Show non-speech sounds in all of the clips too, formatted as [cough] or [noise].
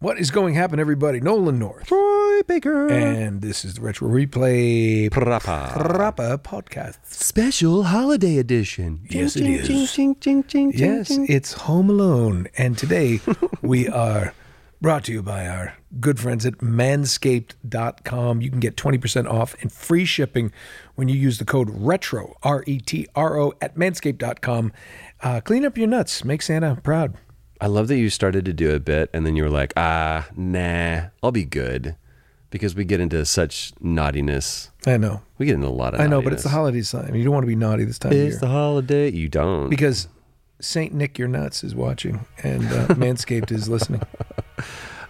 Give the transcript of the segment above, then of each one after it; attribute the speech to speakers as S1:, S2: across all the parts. S1: What is going to happen, everybody? Nolan North.
S2: Troy Baker.
S1: And this is the Retro Replay
S2: Prapa.
S1: Prapa podcast.
S2: Special holiday edition.
S1: Yes, it
S2: Ching,
S1: is.
S2: ching, ching, ching, ching, ching,
S1: Yes,
S2: ching.
S1: it's Home Alone. And today we are brought to you by our good friends at manscaped.com. You can get 20% off and free shipping when you use the code RETRO, R E T R O, at manscaped.com. Uh, clean up your nuts. Make Santa proud.
S2: I love that you started to do a bit and then you were like, ah, nah, I'll be good. Because we get into such naughtiness.
S1: I know.
S2: We get into a lot of
S1: I know, but it's the
S2: naughtiness.
S1: holiday time. You don't want to be naughty this time of year.
S2: It's the holiday. You don't.
S1: because Saint Nick Your Nuts is watching and uh, [laughs] Manscaped is listening.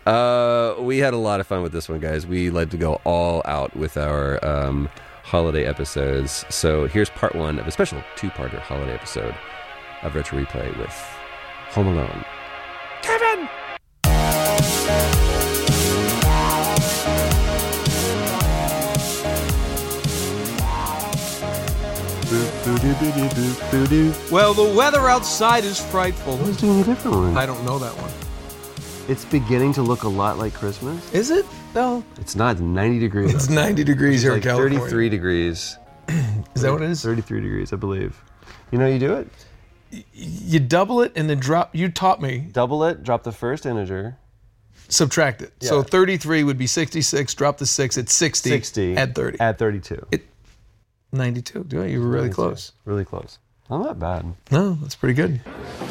S2: Uh, we had a lot of fun with this one, guys. We like to go all out with our um, holiday episodes. So here's part one of a special two-parter holiday episode of Retro Replay with Home Alone.
S3: Well, the weather outside is frightful.
S2: It's doing a different one.
S1: I don't know that one.
S2: It's beginning to look a lot like Christmas.
S1: Is it though?
S2: It's not. It's 90 degrees. [laughs]
S1: It's 90 degrees here
S2: like
S1: in California.
S2: 33 degrees.
S1: Is that what it is?
S2: 33 degrees, I believe. You know, you do it.
S1: You double it and then drop. You taught me
S2: Double it. Drop the first integer.
S1: subtract it. So
S2: Yeah.
S1: 33 would be 66. Drop the six. It's 60.
S2: 60.
S1: Add 30.
S2: At 32.
S1: 92. Do it. You were really close.
S2: Really close. Well, not bad.
S1: No, that's pretty good.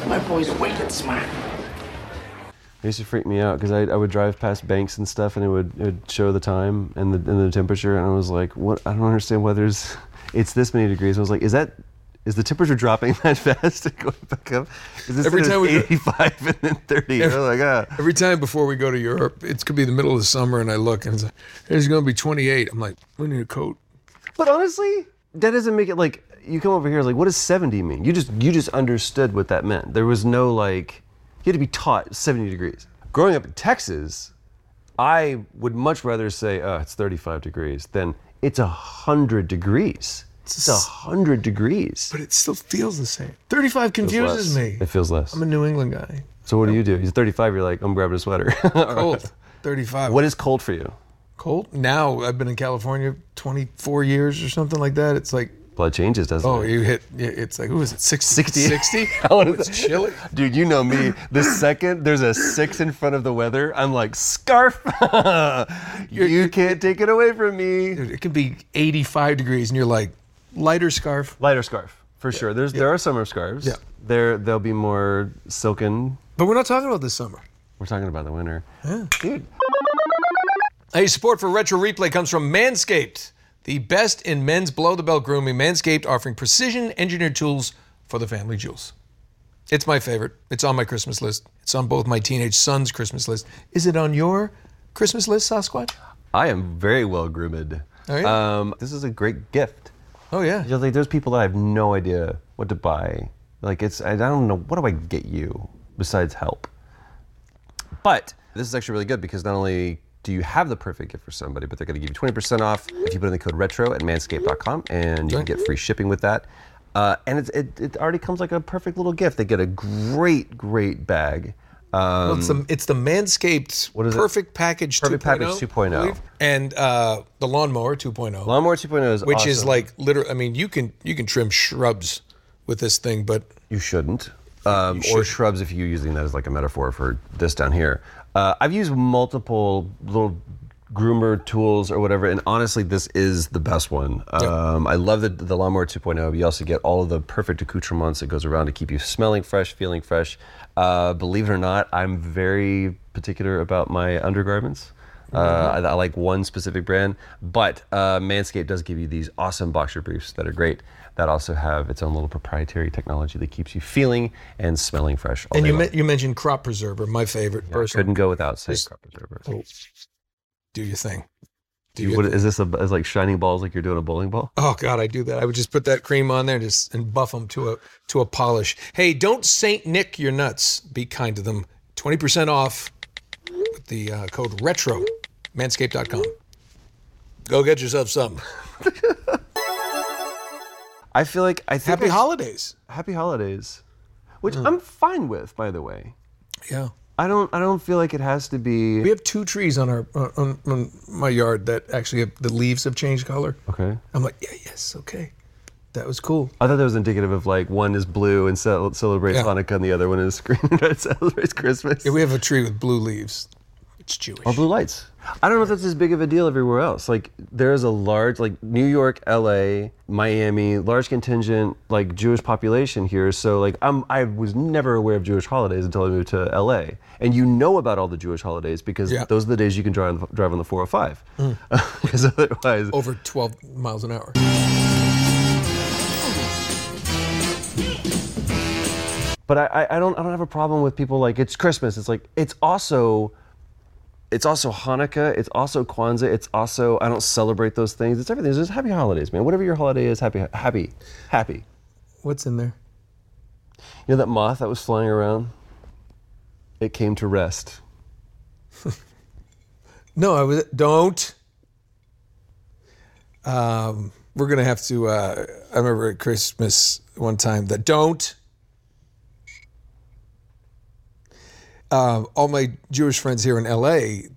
S4: I've always waited smart.
S2: It used to freak me out because I, I would drive past banks and stuff, and it would it would show the time and the and the temperature, and I was like, "What? I don't understand why there's [laughs] it's this many degrees." I was like, "Is that is the temperature dropping [laughs] that fast and going back up?" Is this
S1: Every
S2: it was
S1: time we go-
S2: 85 and then 30? I was like, "Ah."
S1: Every time before we go to Europe, it could be the middle of the summer, and I look and it's like, there's going to be 28. I'm like, we need a coat.
S2: But honestly, that doesn't make it like you come over here like, "What does 70 mean?" You just you just understood what that meant. There was no like you had to be taught 70 degrees. Growing up in Texas, I would much rather say, oh, it's 35 degrees than it's 100 degrees. It's 100 degrees.
S1: But it still feels the same. 35 confuses
S2: Less.
S1: me.
S2: It feels less.
S1: I'm a New England guy.
S2: so what do you do? He's 35, you're like, I'm grabbing a sweater. [laughs]
S1: Cold. 35.
S2: what is cold for you?
S1: cold? Now I've been in California 24 years or something like that. It's like,
S2: Blood changes, doesn't
S1: oh,
S2: it?
S1: you hit, it's like, who is it? 60? [laughs]
S2: 60?
S1: 60?
S2: [laughs] I wanna
S1: Oh, it's
S2: say-
S1: chilly.
S2: Dude, you know me. The second there's a six in front of the weather, I'm like, scarf. [laughs] you can't take it away from me.
S1: Dude, it could be 85 degrees and you're like, lighter scarf.
S2: Lighter scarf, for sure. There's there are summer scarves.
S1: Yeah.
S2: There they'll be more silken.
S1: But we're not talking about this summer.
S2: We're talking about the winter. Dude.
S1: Hey, support for Retro Replay comes from Manscaped, the best in men's below the belt grooming. Manscaped offering precision engineered tools for the family jewels. It's my favorite. It's on my Christmas list. It's on both my teenage son's Christmas list. Is it on your Christmas list, Sasquatch?
S2: I am very well groomed.
S1: Are you?
S2: Um this is a great gift.
S1: Oh, yeah.
S2: Just like there's people that I have no idea what to buy. Like it's I don't know what do I get you besides help. But this is actually really good because not only do you have the perfect gift for somebody, but they're going to give you 20% off if you put in the code retro at manscaped.com and you can get free shipping with that. Uh, and it, it, it already comes like a perfect little gift. They get a great, great bag. Um,
S1: It's the, it's the Manscaped
S2: is it?
S1: Perfect Package
S2: Perfect
S1: 2.0.
S2: Package
S1: I
S2: 2.0.
S1: believe. And uh, the Lawnmower 2.0,
S2: Lawnmower 2.0 is
S1: which is
S2: awesome.
S1: like literally, I mean, you can you can trim shrubs with this thing, but
S2: You shouldn't. Um, Or shrubs, if you're using that as like a metaphor for this down here. Uh, I've used multiple little groomer tools or whatever. And honestly, this is the best one. Um, I love the, the Lawnmower 2.0. You also get all of the perfect accoutrements that goes around to keep you smelling fresh, feeling fresh. Uh, believe it or not, I'm very particular about my undergarments. Uh, I, I like one specific brand, but uh, Manscaped does give you these awesome boxer briefs that are great. That also have its own little proprietary technology that keeps you feeling and smelling fresh. All
S1: And you,
S2: day long.
S1: men- you mentioned crop preserver, my favorite
S2: couldn't
S1: person.
S2: go without saying
S1: Just- Oh,
S2: crop preserver.
S1: Do your thing. Do
S2: You,
S1: your
S2: what, is this a, is like shining balls like you're doing a bowling ball?
S1: Oh God, I do that. I would just put that cream on there and just and buff them to a to a polish. Hey, don't Saint Nick your nuts. Be kind to them. Twenty percent off with the uh, code retro manscaped.com. Go get yourself some.
S2: I feel like I think Mm.
S1: Happy
S2: I-
S1: holidays.
S2: happy holidays, which I'm fine with, by the way.
S1: Yeah,
S2: I don't I don't feel like it has to
S1: we
S2: be
S1: have two trees on our on, on my yard that actually have, the leaves have changed color.
S2: okay.
S1: I'm like, yeah, yes, okay, that was cool.
S2: I thought that was indicative of like one is blue and cel- celebrates
S1: Yeah.
S2: Hanukkah, and the other one is [laughs] green and red celebrates Christmas.
S1: Yeah, we have a tree with blue leaves. It's Jewish.
S2: Or blue lights. I don't know if that's as big of a deal everywhere else. Like there is a large like New York, LA, Miami, large contingent like Jewish population here. So like I'm I was never aware of Jewish holidays until I moved to LA. And you know about all the Jewish holidays because
S1: Yeah.
S2: those are the days you can drive on the, drive on the 405. [laughs] Because otherwise
S1: Over 12 miles an hour.
S2: but I, I, I don't I don't have a problem with people like it's Christmas. It's like it's also it's also Hanukkah. It's also Kwanzaa. It's also I don't celebrate those things. It's everything. It's just happy holidays, man. Whatever your holiday is, happy happy happy.
S1: What's in there?
S2: You know that moth that was flying around? It came to rest.
S1: No, I was don't. Um, we're gonna have to. Uh, I remember at Christmas one time that don't. Um, all my Jewish friends here in LA,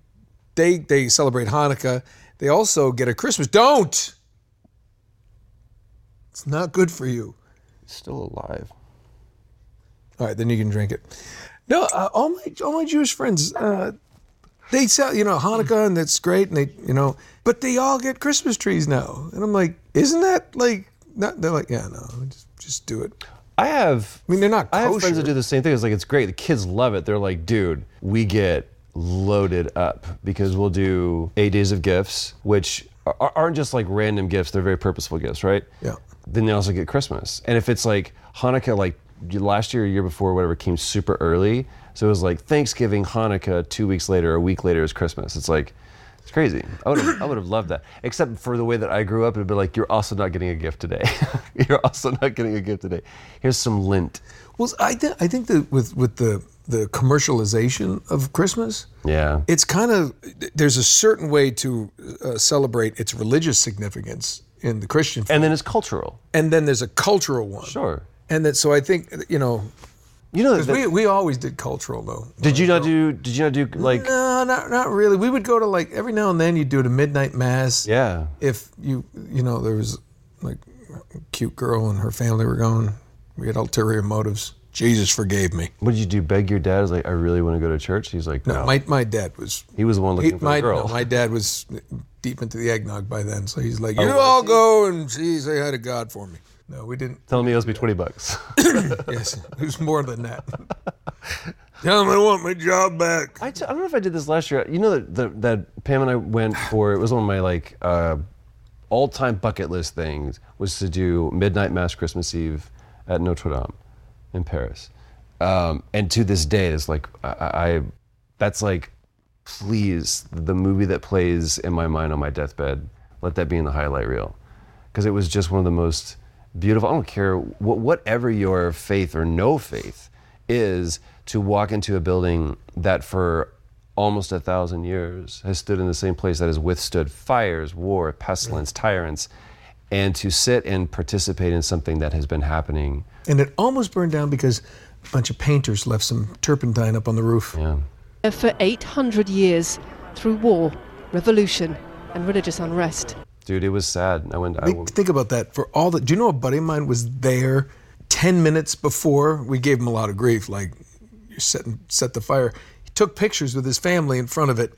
S1: they they celebrate Hanukkah. They also get a Christmas. Don't. It's not good for you.
S2: It's still alive.
S1: All right, then you can drink it. No, uh, all my all my Jewish friends, uh, they sell you know Hanukkah and that's great, and they you know, but they all get Christmas trees now, and I'm like, isn't that like? Not, they're like, yeah, no, just just do it.
S2: I have
S1: I mean, they're not
S2: I have friends
S1: kosher.
S2: that do the same thing. It's like it's great. The kids love it. They're like, dude, we get loaded up because we'll do eight days of gifts, which are, aren't just like random gifts. They're very purposeful gifts, right?
S1: Yeah.
S2: Then they also get Christmas, and if it's like Hanukkah, like last year, or year before, whatever, came super early, so it was like Thanksgiving, Hanukkah, two weeks later, a week later is Christmas. It's like. It's crazy. I would have, I would have loved that. Except for the way that I grew up, it'd be like, you're also not getting a gift today. [laughs] you're also not getting a gift today. Here's some lint.
S1: Well, I th- I think that with with the the commercialization of Christmas,
S2: Yeah.
S1: it's kind of there's a certain way to uh, celebrate its religious significance in the Christian,
S2: and then it's cultural.
S1: and then there's a cultural one.
S2: Sure.
S1: And that so I think you know
S2: You know,
S1: 'cause
S2: that-
S1: we we always did cultural though.
S2: did you not do? Did you not do like?
S1: No, not not really. We would go to like every now and then you'd do it a midnight mass.
S2: Yeah.
S1: If you you know, there was like a cute girl and her family were going. We had ulterior motives. Jesus forgave me.
S2: What did you do? Beg your dad? I was like, I really want to go to church. He's like, No.
S1: My my dad was
S2: he was the one looking
S1: he,
S2: for
S1: my,
S2: the girl.
S1: no, my dad was deep into the eggnog by then, so he's
S2: Oh,
S1: like, You all go and see say hi to God for me. No, we didn't
S2: Telling me it was me twenty
S1: [laughs]
S2: bucks.
S1: yes. It was more than
S2: [laughs]
S1: that. Tell him I want my job back.
S2: I t- I don't know if I did this last year. You know that that that Pam and I went for. It was one of my like uh, all-time bucket list things was to do midnight mass Christmas Eve at Notre Dame in Paris. Um, and to this day, it's like I, I I- that's like please the movie that plays in my mind on my deathbed. Let that be in the highlight reel because it was just one of the most beautiful. I don't care what, whatever your faith or no faith is to walk into a building that for almost a thousand years has stood in the same place that has withstood fires, war, pestilence, tyrants, and to sit and participate in something that has been happening.
S1: And it almost burned down because a bunch of painters left some turpentine up on the roof.
S2: Yeah.
S5: for 800 years through war, revolution, and religious unrest.
S2: Dude, it was sad. I went. I,
S1: Think, think about that. For all the, do you know a buddy of mine was there ten minutes before we gave him a lot of grief, like you set set the fire. He took pictures with his family in front of it,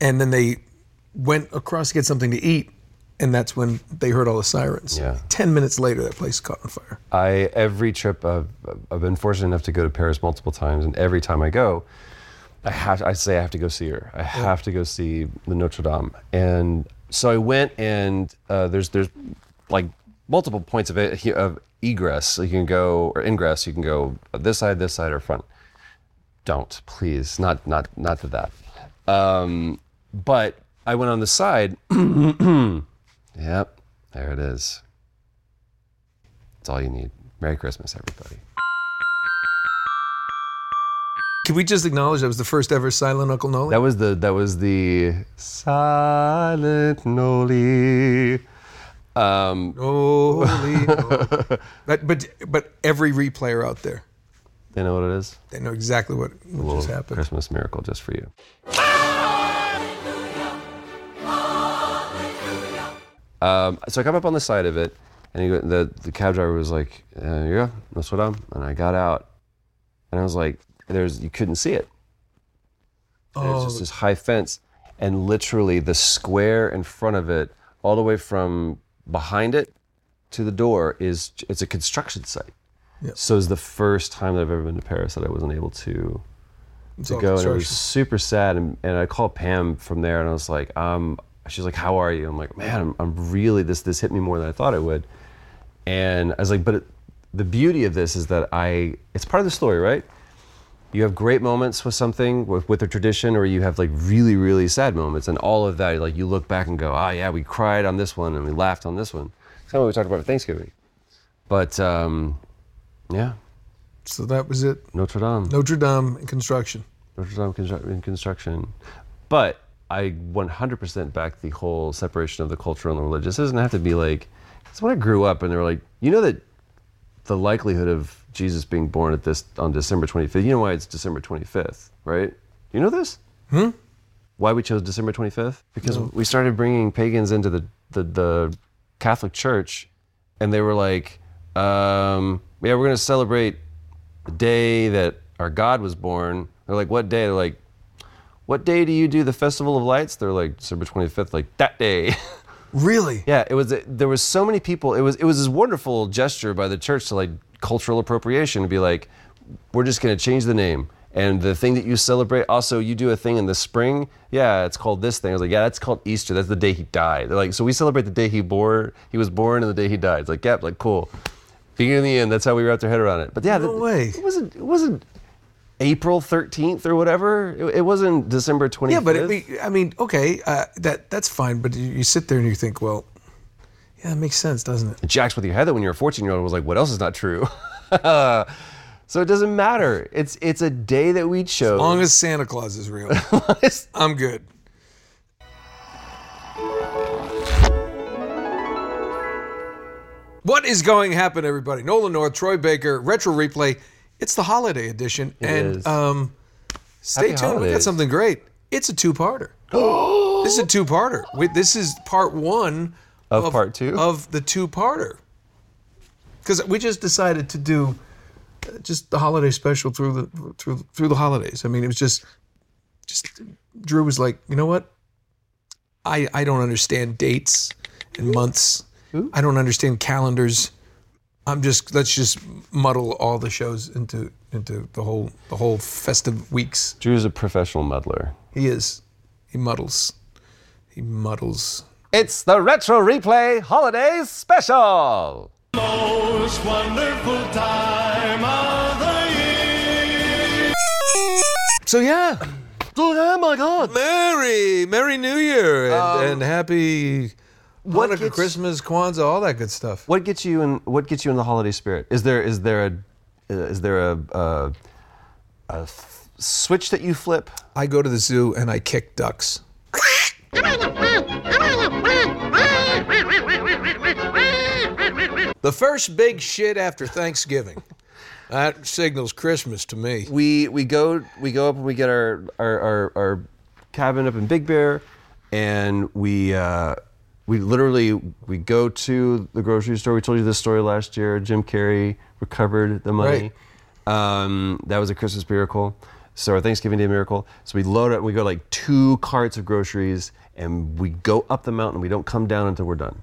S1: and then they went across to get something to eat, and that's when they heard all the sirens.
S2: Yeah.
S1: Ten minutes later, that place caught on fire.
S2: I every trip I've, I've been fortunate enough to go to Paris multiple times, and every time I go, I have I say I have to go see her. I have to go see the Notre Dame, and so I went, and uh, there's there's like multiple points of it, of egress. So you can go or ingress. You can go this side, this side, or front. Don't please, not not not to that. Um, but I went on the side. [clears throat] yep, there it is. That's all you need. Merry Christmas, everybody.
S1: Can we just acknowledge that was the first ever silent Uncle Nolly?
S2: That was the that was the silent Noli. Um, [laughs]
S1: Holy moly. but, but but every replayer out there,
S2: you know what it is?
S1: they know exactly what, what just
S2: Little
S1: happened.
S2: Christmas miracle just for you. Um, so I come up on the side of it, and he, go- the the cab driver was like, uh, "Yeah, that's what I'm." And I got out, and I was like, "There's you couldn't see it. There's just this high fence, and literally the square in front of it, all the way from behind it to the door, is it's a construction site. So it's the first time that I've ever been to Paris that I wasn't able to
S1: It's
S2: to
S1: all
S2: go, and it was
S1: construction.
S2: super sad. And, and I called Pam from there, and I was like, um, she's like, how are you? I'm like, man, I'm, I'm really this this hit me more than I thought it would. And I was like, but it, the beauty of this is that I it's part of the story, right? You have great moments with something with with a tradition, or you have like really really sad moments, and all of that. Like you look back and go, ah, yeah, we cried on this one and we laughed on this one. It's kind of what we talked about with Thanksgiving, but um, yeah,
S1: So that was it.
S2: Notre Dame.
S1: Notre Dame and construction.
S2: Notre Dame constru- in construction. But I 100% back the whole separation of the cultural and the religious. It doesn't have to be like, because when I grew up and they were like, you know that the likelihood of Jesus being born at this on December 25th, you know why it's December 25th, right? You know this? Hmm? Why we chose December 25th? Because we started bringing pagans into the, the, the Catholic Church and they were like, um, yeah, we're going to celebrate the day that our God was born. They're like, what day? They're like, what day do you do the Festival of Lights? They're like, December 25th, like that day. [laughs]
S1: Really?
S2: yeah, it was, there was so many people. It was, it was this wonderful gesture by the church to like cultural appropriation to be like, we're just going to change the name. And the thing that you celebrate, also, you do a thing in the spring. Yeah, it's called this thing. I was like, yeah, that's called Easter. That's the day he died. They're like, so we celebrate the day he bore, he was born, and the day he died. It's like, yep, like cool. Beginning and the end. That's how we wrapped our head around it. But yeah,
S1: No
S2: the-
S1: way.
S2: it wasn't. It wasn't April thirteenth or whatever. It, it wasn't December twenty.
S1: Yeah, but it, we- I mean, okay, uh, that that's fine. But you, you sit there and you think, well, yeah, it makes sense, doesn't it?
S2: jacks with your head that when you're a 14 year old was like, what else is not true? so it doesn't matter. It's it's a day that we chose.
S1: As long as Santa Claus is
S2: [laughs]
S1: real, I'm good. What is going to happen, everybody? Nolan North, Troy Baker, Retro Replay. It's the holiday edition, and
S2: is.
S1: um, stay
S2: Happy
S1: tuned. We got
S2: holidays.
S1: something great. It's a two-parter. this is a two-parter. We, this is part one
S2: Of part two?
S1: of the two-parter. Because we just decided to do uh, just the holiday special through the through through the holidays. I mean, it was just just Drew was like, you know what? I I don't understand dates and months. I don't understand calendars. I'm just let's just muddle all the shows into into the whole the whole festive weeks.
S2: Drew's a professional muddler.
S1: He is. He muddles. He muddles.
S2: It's the Retro Replay Holidays Special.
S6: most wonderful time of the year.
S1: So yeah.
S2: Oh my God!
S1: Merry, Merry New Year and, and happy
S2: what
S1: Hanukkah,
S2: gets-
S1: Christmas, Kwanzaa, all that good stuff.
S2: What gets you in? What gets you in the holiday spirit? Is there is there a uh, is there a, a, a f- switch that you flip?
S1: I go to the zoo and I kick ducks. The first big shit after Thanksgiving. that signals Christmas to me.
S2: we we go we go up and we get our our, our, our cabin up in Big Bear, and we uh, we literally we go to the grocery store. We told you this story last year. Jim Carrey recovered the money. Um, that was a Christmas miracle. So our Thanksgiving Day miracle. So we load up. We go like two carts of groceries, and we go up the mountain. We don't come down until we're done.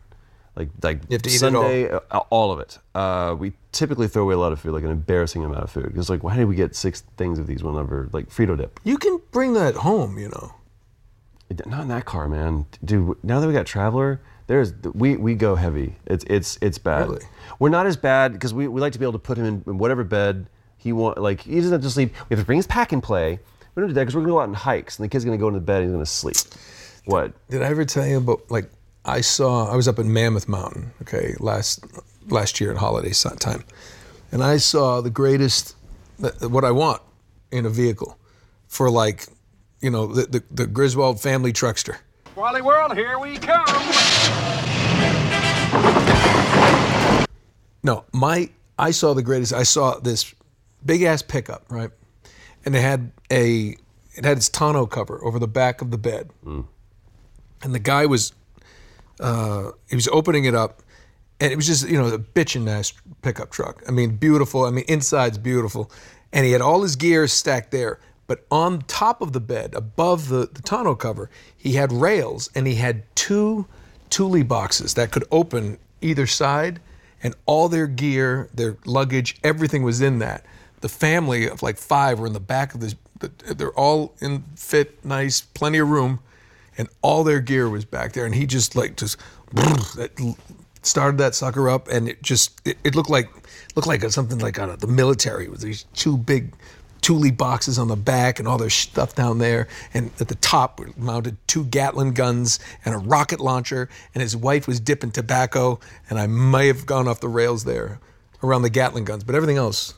S2: Like like
S1: have to eat it
S2: Sunday, uh, all of it. Uh, we typically throw away a lot of food, like an embarrassing amount of food. Because like, why did we get six things of these whenever like Frito dip?
S1: You can bring that home, you know.
S2: Not in that car, man, dude. Now that we got Traveler, there's we we go heavy. It's it's it's bad.
S1: Really?
S2: We're not as bad because we, we like to be able to put him in, in whatever bed he want. Like he doesn't have to sleep. We have to bring his pack and play. We don't do that because we're gonna go out on hikes and the kid's gonna go into bed. and He's gonna sleep. What?
S1: Did I ever tell you about like I saw I was up in Mammoth Mountain, okay, last last year at holiday si- time, and I saw the greatest th- what I want in a vehicle for like you know the the, the Griswold family truckster.
S7: Wally World, here we come.
S1: No, my I saw the greatest. I saw this big ass pickup, right? And it had a it had its tonneau cover over the back of the bed, and the guy was uh, he was opening it up, and it was just you know a bitchin' ass pickup truck. I mean, beautiful. I mean, inside's beautiful, and he had all his gears stacked there. But on top of the bed, above the, the tonneau cover, he had rails and he had two Thule boxes that could open either side, and all their gear, their luggage, everything was in that. The family of like five were in the back of this. the- They're all in fit, nice, plenty of room, and all their gear was back there. And he just like just [laughs] that l- started that sucker up, and it just it, it looked like looked like something like out of the military with these two big Thule boxes on the back and all their stuff down there. And at the top were mounted two Gatlin guns and a rocket launcher. And his wife was dipping tobacco. And I may have gone off the rails there around the Gatlin guns, but everything else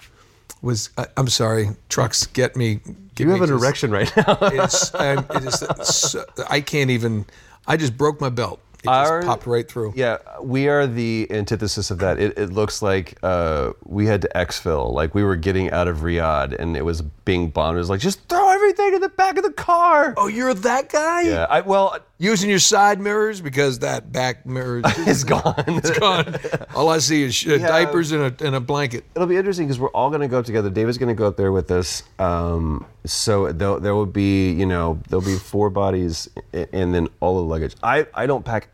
S1: was I, I'm sorry, trucks get me. Get
S2: You have
S1: me
S2: an
S1: just-
S2: erection right now.
S1: It's, I'm, it is, so- I can't even. I just broke my belt. It just
S2: Our-
S1: popped right through.
S2: Yeah, we are the antithesis of that. It, it looks like uh, we had to exfil. Like we were getting out of Riyadh, and it was being bombed. It was like just throw everything in the back of the car.
S1: Oh, you're that guy?
S2: Yeah, I, well,
S1: Using your side mirrors because that back [laughs] mirror
S2: it's gone.
S1: is gone. All I see is uh, diapers and a, and a blanket.
S2: It'll be interesting because we're all going to go up together. David's going to go up there with us. Um, so there, there will be, you know, there'll be four bodies a- and then all the luggage. I, I don't pack.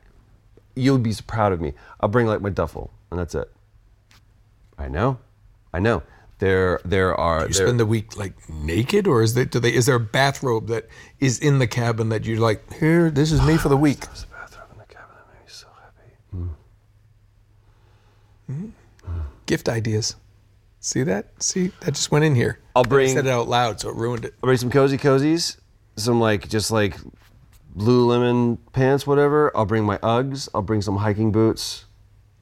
S2: You'll be proud of me. I'll bring like my duffel and that's it. I know, I know. There, there are.
S1: You
S2: there-
S1: spend the week like naked, or is that do they? Is there a bathrobe that is in the cabin that you like? Here, this is me for the week.
S2: There's a bathroom in the cabin that made me so happy.
S1: Hmm. Gift ideas. See that? See that just went in here.
S2: I'll
S1: I
S2: bring-
S1: said it out loud, so it ruined it.
S2: I'll bring some cozy cozies, some like just like Lululemon pants, whatever. I'll bring my Uggs. I'll bring some hiking boots.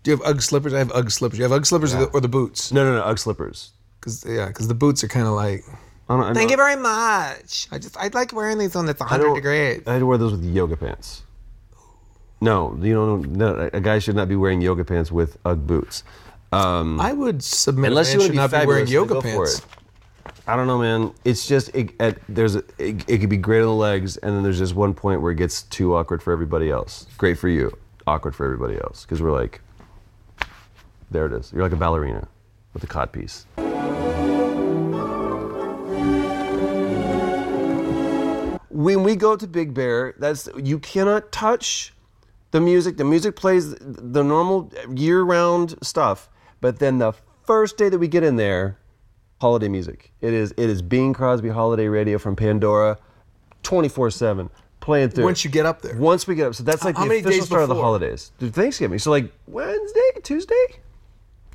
S1: Do you have UGG slippers? I have UGG slippers. You have UGG slippers or, the, or the boots?
S2: No, no, no, Ugg slippers.
S1: Because yeah, because the boots are kind of like.
S2: I don't, I
S1: Thank
S2: know-
S1: you very much. I just I like wearing these when it's
S2: I
S1: 100
S2: don't-
S1: degrees.
S2: I had to wear those with yoga pants. No, you don't. No, a guy should not be wearing yoga pants with UGG boots. Um,
S1: I would submit.
S2: unless
S1: a
S2: you
S1: man
S2: want to
S1: should
S2: be
S1: not
S2: fabulous,
S1: be wearing yoga
S2: then go for
S1: pants.
S2: it. I don't know, man. It's just it, at, there's a, it, it could be great on the legs, and then there's just one point where it gets too awkward for everybody else. Great for you, awkward for everybody else, because we're like, there it is. You're like a ballerina with a codpiece. When we go to Big Bear, that's you cannot touch the music. The music plays the normal year-round stuff, but then the first day that we get in there, holiday music. It is it is Bing Crosby holiday radio from Pandora, 24/7 playing through.
S1: Once you get up there.
S2: Once we get up, so that's like
S1: How
S2: the
S1: many
S2: official
S1: days
S2: start of the
S1: before?
S2: holidays. The Thanksgiving. So like Wednesday, Tuesday.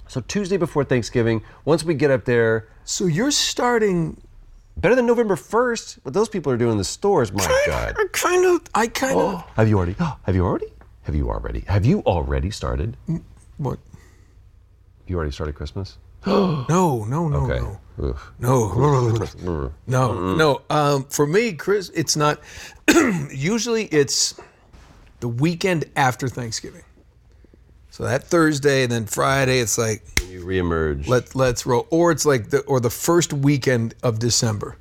S2: So Tuesday before Thanksgiving. Once we get up there,
S1: So you're starting.
S2: better than November 1st. What those people are doing in the stores, my God. Oh.
S1: I kind of. I kind of.
S2: Have you already? [gasps] Have you already? Have you already? Have you already started?
S1: What?
S2: You already started Christmas?
S1: No, no, no,
S2: Okay.
S1: no.
S2: Oof. [laughs]
S1: No, no, no. Um, for me, Chris, it's not. [clears throat] usually, it's the weekend after Thanksgiving. So that Thursday and then Friday, it's like
S2: You reemerge.
S1: let let's roll, or it's like the or the first weekend of December.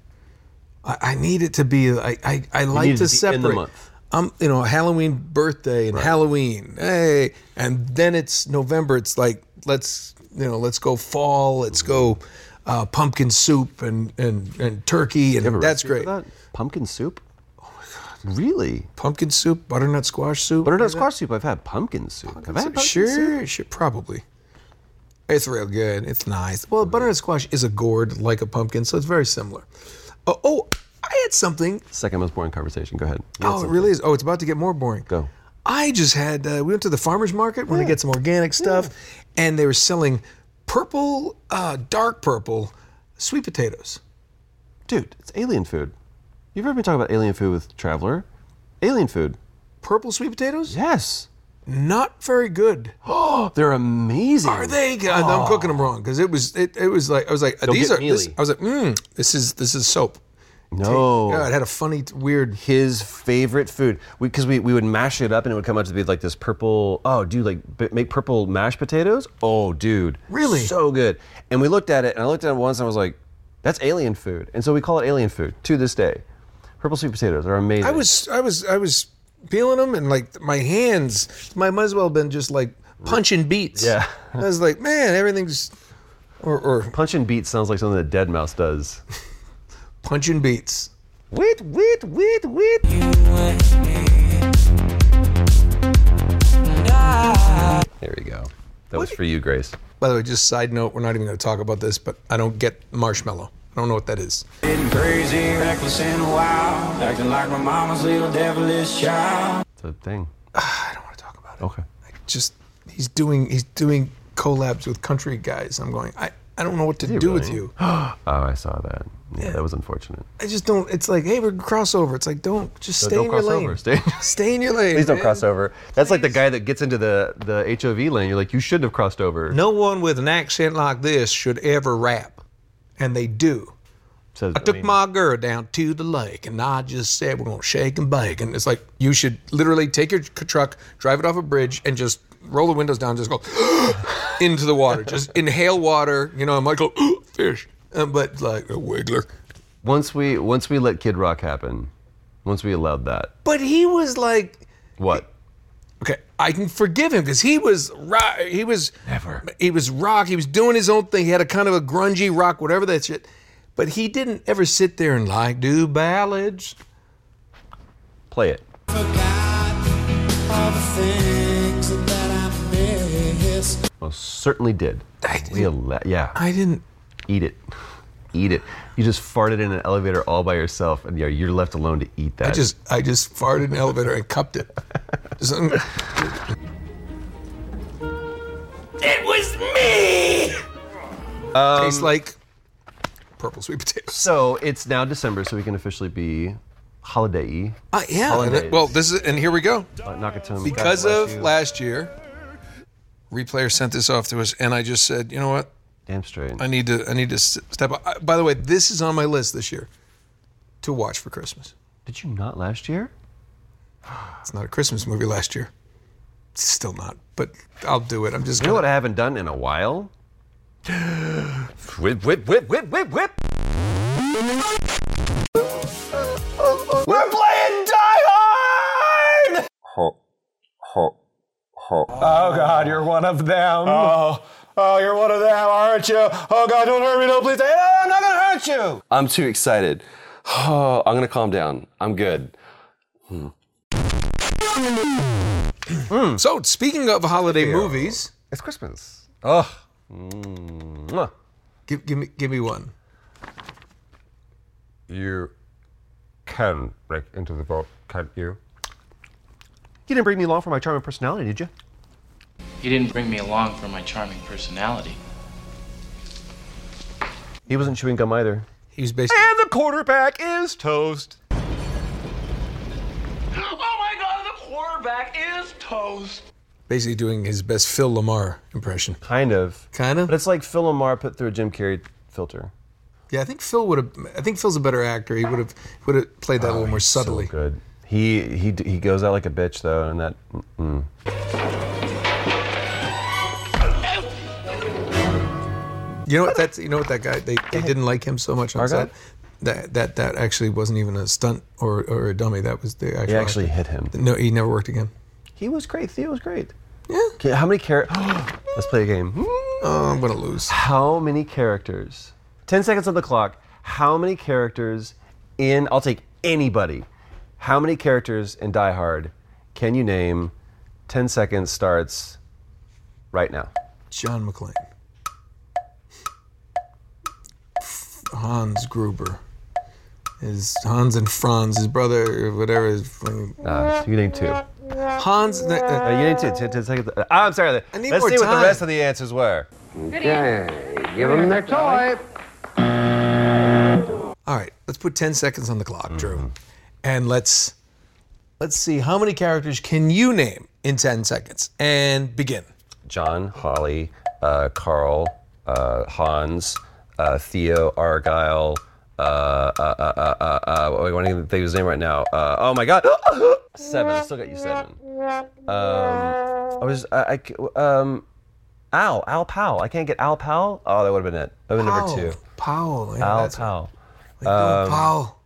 S1: I, I need it to be. I I, I like
S2: need it
S1: to,
S2: to be
S1: separate.
S2: in the month.
S1: Um, you know, Halloween birthday and Halloween, hey, and then it's November. It's like let's you know, let's go fall. Let's go uh, pumpkin soup and, and, and turkey,
S2: You have
S1: and
S2: a
S1: that's
S2: recipe
S1: great.
S2: for that? Pumpkin soup. Oh my god. Really?
S1: Pumpkin soup, butternut squash soup.
S2: Butternut squash soup. I've had pumpkin soup. Have I had pumpkin
S1: sure,
S2: soup?
S1: sure, probably. It's real good. It's nice. Well, butternut squash is a gourd like a pumpkin, so it's very similar. Oh, oh I had something.
S2: Second most boring conversation. Go ahead. You
S1: Oh,
S2: had
S1: it
S2: something.
S1: really is. Oh, it's about to get more boring.
S2: Go.
S1: I just had, uh, we went to the farmer's market, wanted to get some organic stuff, and they were selling purple, uh, dark purple sweet potatoes.
S2: Dude, it's alien food. You've heard me talk about alien food with Traveler. Alien food.
S1: Purple sweet potatoes?
S2: Yes.
S1: Not very good.
S2: Oh. They're amazing.
S1: Are they? God, I'm cooking them wrong because it was it, it was like I was like these
S2: get
S1: are. This,
S2: mealy.
S1: I was like, mm, this is this is soap.
S2: No.
S1: God, it had a funny weird.
S2: his favorite food because we, we, would mash it up and it would come out to be like this purple oh dude like b- make purple mashed potatoes oh dude
S1: Really?
S2: so good and we looked at it and i looked at it once and i was like that's alien food and so we call it alien food to this day purple sweet potatoes are amazing
S1: I was I was I was peeling them and like my hands might might as well have been just like punching beats.
S2: Yeah.
S1: I was like, man, everything's or or
S2: punch and beat sounds like something that dead mouse does
S1: punching beats.
S2: wait wait wait wait there we go that was for you grace
S1: By the way, just side note, we're not even going to talk about this, but I don't get marshmallow. I don't know what that is.
S8: Getting crazy, reckless, and wild. Acting like my mama's little devilish child.
S2: it's a thing
S1: I don't want to talk about it.
S2: okay
S1: Just he's doing he's doing collabs with country guys. I'm going. I I don't know what to do with
S2: really?
S1: you.
S2: oh i saw that yeah. that was unfortunate
S1: I just don't. It's like, hey, we're gonna cross over. It's like, don't just stay
S2: don't
S1: in
S2: cross
S1: your lane.
S2: over. Stay-
S1: Stay in your lane.
S2: Please don't
S1: man.
S2: cross over. That's like the guy that gets into the, the HOV lane. You're like, you shouldn't have crossed over.
S1: No one with an accent like this should ever rap, and they do.
S2: Says,
S1: I took
S2: mean,
S1: my girl down to the lake, and I just said we're gonna shake and bake. And it's like you should literally take your c- truck, drive it off a bridge, and just roll the windows down, just go [gasps] into the water, [laughs] just inhale water. You know, I might go [gasps] fish, Uh, but like a wiggler.
S2: Once we once we let Kid Rock happen, once we allowed that,
S1: But he was like,
S2: what?
S1: Okay, I can forgive him because he was rock. He was never. He was rock. He was doing his own thing. He had a kind of a grungy rock, whatever that shit. But he didn't ever sit there and like do ballads.
S2: Play it. Most certainly did.
S1: I
S2: We
S1: didn't.
S2: alla- yeah,
S1: I didn't.
S2: eat it. Eat it. You just farted in an elevator all by yourself, and you're, you're left alone to eat that.
S1: I just. I just farted in an elevator and cupped it. Just- um,
S4: It was me!
S1: tastes like purple sweet potatoes.
S2: so it's now December, so we can officially be holiday-y.
S1: Uh, yeah. and it- well, this is and here we go.
S2: Uh, Nakatomi.
S1: Because
S2: God
S1: of
S2: bless you.
S1: last year, replayer sent this off to us, and I just said, you know what?
S2: Damn straight.
S1: I need to I need to s- step up. I- By the way, this is on my list this year to watch for Christmas.
S2: Did you not last year?
S1: It's not a Christmas movie last year. It's still not, but I'll do it. I'm just
S2: You know
S1: gonna,
S2: what I haven't done in a while? whip, whip, whip, whip, whip, whip. We're playing Die Hard!
S8: Oh, God, you're one of them. Oh, oh, you're one of them, aren't you? Oh, God, don't hurt me. No, please. Oh, I'm not going to hurt you.
S9: I'm too excited. [sighs] Oh, I'm gonna calm down. I'm good.
S1: So speaking of holiday movies,
S2: It's Christmas. Ugh. Mwah.
S1: give, give me give me one.
S2: You can break into the vault, can't you? You didn't bring me along for my charming personality, did you?
S10: He didn't bring me along for my charming personality.
S2: He wasn't chewing gum either.
S1: He was basically
S2: And the quarterback is toast.
S7: Oh my god, the quarterback is toast.
S1: basically doing his best Phil Lamar impression.
S2: Kind of.
S1: Kind
S2: But
S1: of.
S2: it's like Phil Lamar put through a Jim Carrey filter.
S1: Yeah, I think Phil would have. I think Phil's a better actor. He would have would have played that a little more subtly.
S2: Oh, So good. He he d- he goes out like a bitch though, and that mm-mm.
S1: You know what? That's you know what that guy. They, they didn't like him so much on
S2: Our guy?
S1: set. That that that actually wasn't even a stunt or, or a dummy. That was the actual.
S2: he actually
S1: actor.
S2: hit him.
S1: No, he never worked again.
S2: He was great. Theo was great.
S1: Yeah.
S2: Okay, [gasps] how many characters? Let's play a game.
S1: Oh, I'm gonna lose.
S2: How many characters 10 seconds on the clock. How many characters in, I'll take anybody, how many characters in Die Hard can you name? 10 seconds starts right now.
S1: John McClane. Hans Gruber. His Hans and Franz, his brother, whatever. His,
S2: Uh, you name two.
S1: Hans. Uh,
S2: Uh, you need to. 10, 10 seconds. Uh, I'm sorry.
S1: I need
S2: Let's
S1: more
S2: see what
S1: time.
S2: the rest of the answers were.
S4: Okay, give them their toy.
S1: All right, let's put 10 seconds on the clock,
S2: Mm-hmm.
S1: Drew. And let's let's see how many characters can you name in 10 seconds and begin.
S2: John, Holly, uh, Carl, uh, Hans, uh, Theo, Argyle. Uh, uh, uh, uh, uh, uh, what- what do you think of his name right now? Uh, oh my God! [gasps] seven. I still got you seven. Um, I was. I, I c- Um, Al. Al Powell. I can't get Al Powell. Oh, that would have been it. That would have been number two.
S1: Powell. yeah,
S2: Al
S1: that's-
S2: Powell.
S1: Oh,
S2: Um,
S1: Powell.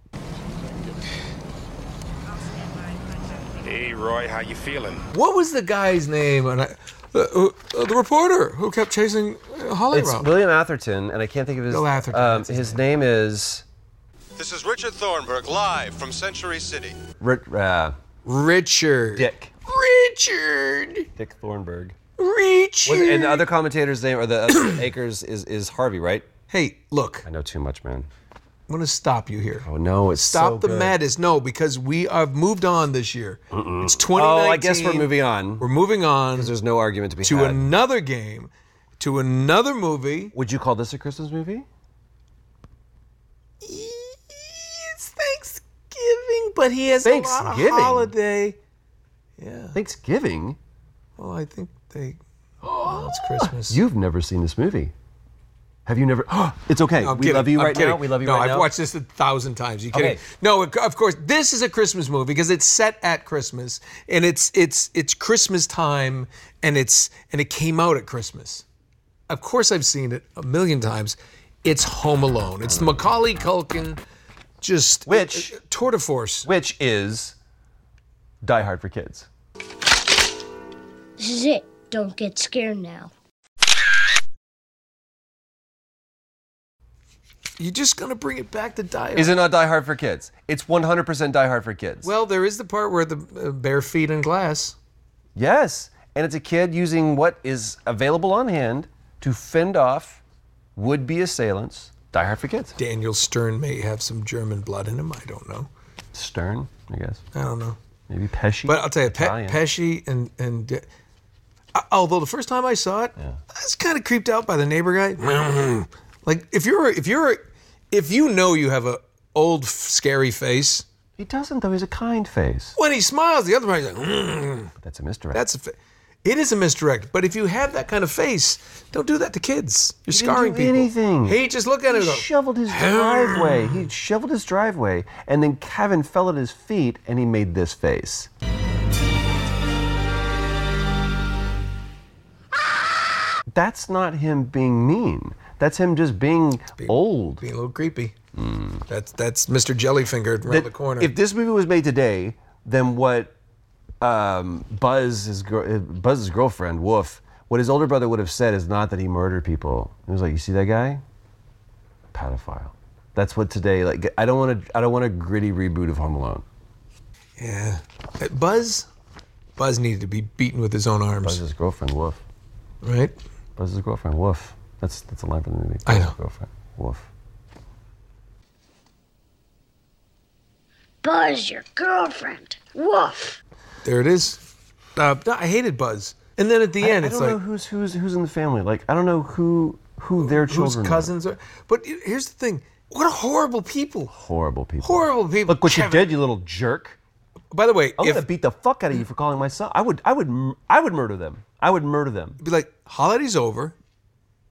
S11: Hey, Roy, how you feeling?
S1: What was the guy's name? And I, uh, uh, uh, the reporter who kept chasing uh, Holly
S2: It's
S1: around.
S2: William Atherton, and I can't think of his.
S1: Bill Atherton,
S2: Um, his name is.
S12: This is Richard Thornburg live from Century City.
S2: Ri- uh,
S1: Richard.
S2: Dick.
S1: Richard.
S2: Dick Thornburg.
S1: Richard.
S2: Was- and the other commentator's name, or the other [coughs] Akers, is, is Harvey, right?
S1: Hey, look.
S2: I know too much, man.
S1: I'm going to stop you here.
S2: Oh, no, it's
S1: Stop
S2: so
S1: the
S2: good.
S1: madness. No, because we have moved on this year. It's 2019.
S2: Oh, I guess we're moving on.
S1: We're moving on. Because
S2: there's no argument to be
S1: to
S2: had.
S1: another game, to another movie.
S2: Would you call this a Christmas movie?
S1: It's Thanksgiving, but he has a lot of
S2: Thanksgiving?
S1: holiday. Yeah.
S2: Thanksgiving?
S1: Well, I think they. Oh, it's Christmas.
S2: You've never seen this movie. Have you never? [gasps] it's okay.
S1: No, I'm
S2: we
S1: kidding.
S2: love you
S1: I'm
S2: right now.
S1: kidding.
S2: We love you
S1: no,
S2: right
S1: I've
S2: now.
S1: watched this a thousand times. You kidding?
S2: Okay.
S1: No, of- of course. This is a Christmas movie because it's set at Christmas and it's it's it's Christmas time and it's and it came out at Christmas. Of course, I've seen it a million times. It's Home Alone. It's the Macaulay Culkin, just uh,
S2: which
S1: tour de force.
S2: Which is Die Hard for kids.
S13: This is it. Don't get scared now.
S1: You're just gonna bring it back to Die.
S2: Is it not Die Hard for kids? It's 100% Die Hard for kids.
S1: Well, there is the part where the uh, bare feet in glass.
S2: Yes, and it's a kid using what is available on hand to fend off would-be assailants. Die Hard for kids.
S1: Daniel Stern may have some German blood in him. I don't know.
S2: Stern, I guess.
S1: I don't know.
S2: Maybe Pesci.
S1: But I'll tell you, Pe-
S2: Italian.
S1: Pesci and and uh, although the first time I saw it, I was kind of creeped out by the neighbor guy. [clears throat] like if you're if you're if you know you have a old f- scary face,
S2: He doesn't though. He's a kind face.
S1: when he smiles, the other guy's like, "Mm."
S2: That's a misdirect.
S1: that's a. Fa- it is a misdirect, but if you have that kind of face, don't do that to kids. You're
S2: He didn't
S1: scarring
S2: do
S1: people.
S2: anything.
S1: He just look at it. and
S2: He
S1: go,
S2: shoveled his driveway.
S1: [sighs]
S2: He shoveled his driveway, and then Kevin fell at his feet, and he made this face.
S1: Ah!
S2: That's not him being mean. That's him just being old.
S1: Being a little creepy. That's that's Mr. Jellyfinger around
S2: Hmm. That
S1: the corner.
S2: If this movie was made today, then what um, Buzz, his gir- uh, Buzz's girlfriend, Woof, what his older brother would have said is not that he murdered people. It was like, you see that guy? Pedophile. That's what today. Like, I don't want to. I don't want a gritty reboot of Home Alone.
S1: yeah, Uh, Buzz, Buzz needed to be beaten with his own arms.
S2: Buzz's girlfriend, Woof.
S1: Right?
S2: Buzz's girlfriend, Woof. That's that's a line from the movie.
S1: I know.
S2: Buzz's Girlfriend, Woof.
S13: Buzz, your girlfriend. Woof.
S1: There it is. Uh, no, I hated Buzz. And then at the
S2: I-
S1: end,
S2: I
S1: it's
S2: don't know
S1: like
S2: who's who's who's in the family. Like, I don't know who who their
S1: whose
S2: children. are.
S1: cousins are. But he- here's the thing: what a horrible people!
S2: Horrible people.
S1: Horrible people.
S2: Look what
S1: Kevin.
S2: you did, you little jerk.
S1: By the way,
S2: I'm
S1: if
S2: gonna beat the fuck out of you for calling my son. I would, I would, m- I would murder them. I would murder them.
S1: be like, holiday's over,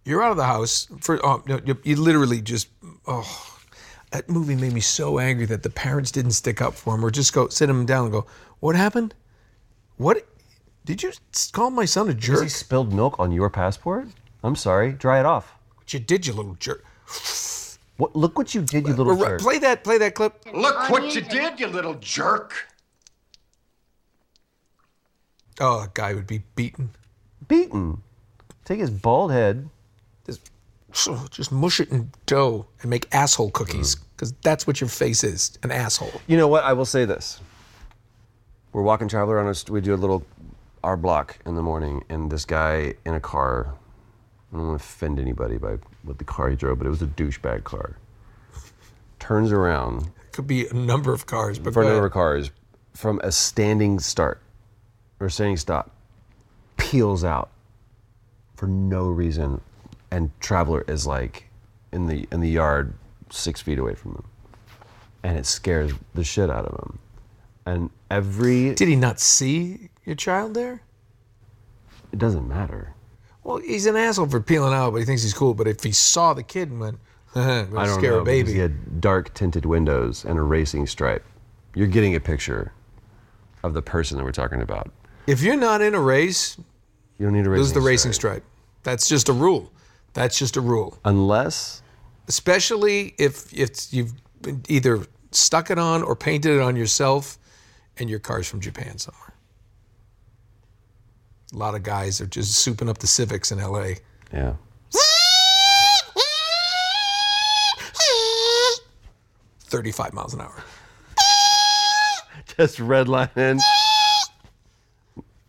S1: you're out of the house for. Oh, no, you, you literally just. Oh, that movie made me so angry that the parents didn't stick up for him or just go sit him down and go, "What happened? What did you s- call my son a
S2: Because
S1: jerk?
S2: he spilled milk on your passport. I'm sorry. Dry it off.
S1: What you did, you little jerk."
S2: What? Look what you did, you little
S1: Right,
S2: jerk.
S1: Play that. Play that clip.
S11: Look what you did, you little jerk.
S1: Oh, a guy would be beaten.
S2: Beaten. Take his bald head.
S1: Just so just mush it in dough and make asshole cookies
S2: Mm.
S1: because that's what your face is an asshole.
S2: You know what? I will say this. We're walking traveler on us. We do a little our block in the morning, and this guy in a car. I don't want to offend anybody by what the car he drove, but it was a douchebag car. Turns around
S1: Could be a number of cars, but
S2: for a
S1: go
S2: number
S1: ahead.
S2: of cars from a standing start or standing stop, peels out for no reason, and Traveler is like in the in the yard six feet away from him, and it scares the shit out of him. And every
S1: did he not see your child there?
S2: It doesn't matter.
S1: Well, he's an asshole for peeling out, but he thinks he's cool. But if he saw the kid and went, [laughs] I'm
S2: I
S1: gonna
S2: don't
S1: scare
S2: know
S1: a
S2: because
S1: baby.
S2: He had dark tinted windows and a racing stripe. You're getting a picture of the person that we're talking about.
S1: If you're not in a race,
S2: You don't need a racing.
S1: lose the racing stripe. That's just a rule. That's just a rule.
S2: Unless
S1: especially if if you've been either stuck it on or painted it on yourself, and your car's from Japan somewhere. A lot of guys are just souping up the Civics in L.A.
S2: Yeah.
S1: [laughs] Thirty-five miles an hour.
S2: Just redlining.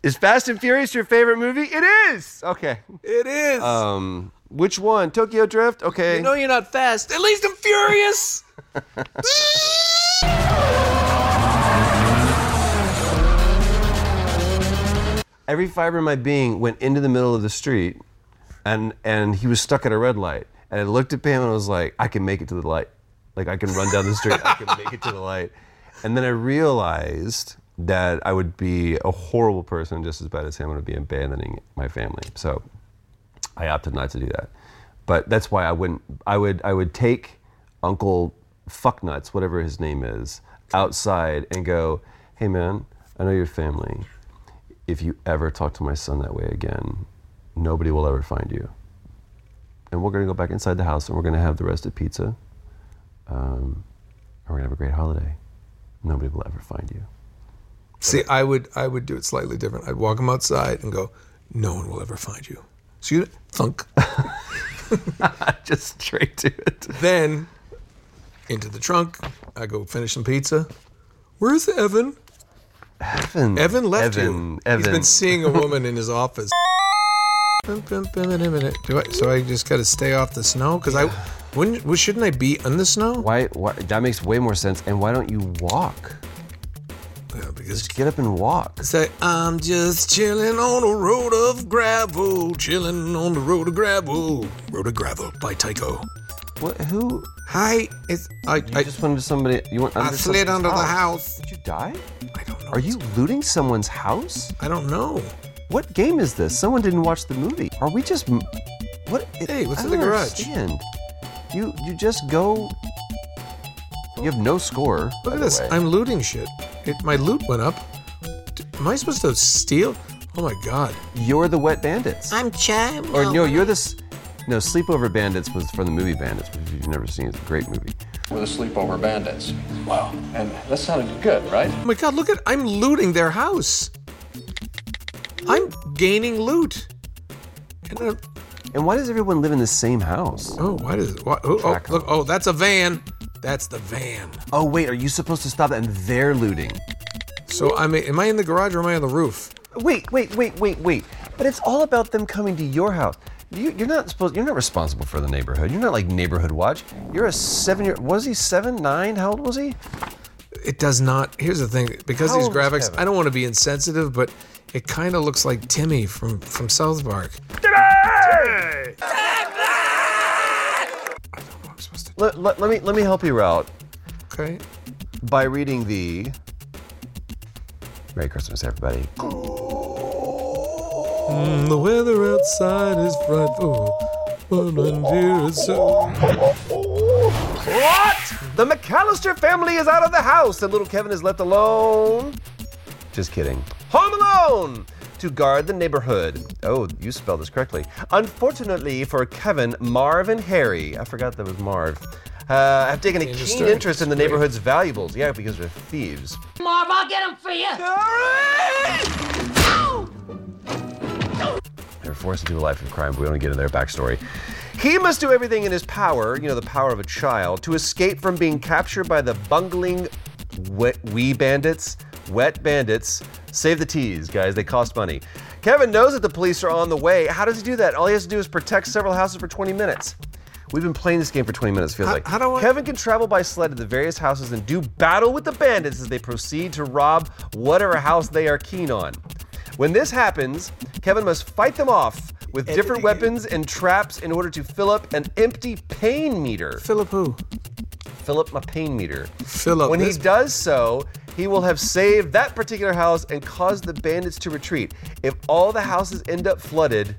S2: Is Fast and Furious your favorite movie? It is. Okay.
S1: It is.
S2: Um, which one? Tokyo Drift. Okay.
S1: you know you're not fast. At least I'm furious.
S2: Every fiber of my being went into the middle of the street, and and he was stuck at a red light. And I looked at Pam and I was like, I can make it to the light. Like I can run down the street. I can make it to the light. And then I realized that I would be a horrible person, just as bad as him. I would be abandoning my family. So I opted not to do that. But that's why I wouldn't. I would. I would take Uncle Fucknuts, whatever his name is, outside and go, "Hey man, I know your family. If you ever talk to my son that way again, nobody will ever find you. And we're gonna go back inside the house and we're gonna have the rest of pizza. Um, and we're gonna have a great holiday. Nobody will ever find you. [laughs]
S1: See, I would I would do it slightly different. I'd walk him outside and go, "No one will ever find you." So you
S2: [laughs]
S1: thunk.
S2: Just straight to it.
S1: Then into the trunk, I go finish some pizza. Where's Evan?
S2: Evan.
S1: Evan left
S2: Evan,
S1: you.
S2: Evan.
S1: He's been seeing a
S2: [laughs]
S1: woman in his office. Bum, bum, bum, in a minute. Do I, so I just got to stay off the snow because I wouldn't. well, Shouldn't I be in the snow?
S2: Why, why? That makes way more sense. And why don't you walk? Just get up and walk.
S1: Say, I'm just chilling on a road of gravel, chilling on the road of gravel, road of gravel by Tycho.
S2: What? Who?
S1: Hi, it's I.
S2: You just went into somebody. You went.
S1: I
S2: Under
S1: slid
S2: somebody's
S1: under the house.
S2: Did you die? I don't know. Are you looting someone's house?
S1: I don't know.
S2: What game is this? Someone didn't watch the movie. Are we just? m- What?
S1: Hey, what's
S2: I
S1: in the
S2: don't
S1: garage?
S2: Understand. You you just go. You have no score.
S1: Look at this. I'm looting shit. It, my loot went up. D- Am I supposed to steal? Oh my god.
S2: You're the wet bandits.
S1: I'm Chad.
S2: Or no, you're this. No, Sleepover Bandits was from the movie Bandits, which if you've never seen, it's a great movie.
S14: We're the sleepover bandits. Wow, and that sounded good, right?
S1: Oh my god, look at I'm looting their house. I'm gaining loot. And, I'm-
S2: And why does everyone live in the same house?
S1: Oh, why does why, oh, oh, look, oh, that's a van. That's the van.
S2: Oh wait, are you supposed to stop that? And they're looting.
S1: So I'm am I in the garage or am I on the roof?
S2: Wait, wait, wait, wait, wait. But it's all about them coming to your house. You, you're not supposed. You're not responsible for the neighborhood. You're not like neighborhood watch. You're a seven year. Was he seven, nine? How old was he?
S1: It does not. Here's the thing, because
S2: How
S1: these
S2: old is
S1: graphics,
S2: Kevin?
S1: I don't want to be insensitive, but it kind of looks like Timmy from from South Park.
S2: Let, let, let me let me help you out
S1: Okay.
S2: by reading the. Merry Christmas, everybody.
S1: Mm, the weather outside is frightful, but in here it's so.
S2: What? The McAllister family is out of the house, and little Kevin is left alone. Just kidding. Home Alone! To guard the neighborhood. Oh, you spelled this correctly. Unfortunately for Kevin, Marv, and Harry, I forgot that was Marv, uh, have taken a keen
S1: Interesting.
S2: interest in the neighborhood's valuables. Yeah, because they're thieves.
S15: Marv, I'll get him for you.
S2: They're forced into a life of crime, but we don't get into their backstory. He must do everything in his power, you know, the power of a child, to escape from being captured by the bungling wet wee bandits, wet bandits. Save the teas, guys. They cost money. Kevin knows that the police are on the way. How does he do that? All he has to do is protect several houses for 20 minutes. We've been playing this game for 20 minutes, it feels like. How do I... Kevin can travel by sled to the various houses and do battle with the bandits as they proceed to rob whatever house they are keen on. When this happens, Kevin must fight them off with different weapons and traps in order to fill up an empty pain meter. Fill up who? Fill up my pain meter. Fill
S1: up
S2: When
S1: this-
S2: he does so, he will have saved that particular house and caused the bandits to retreat. If all the houses end up flooded,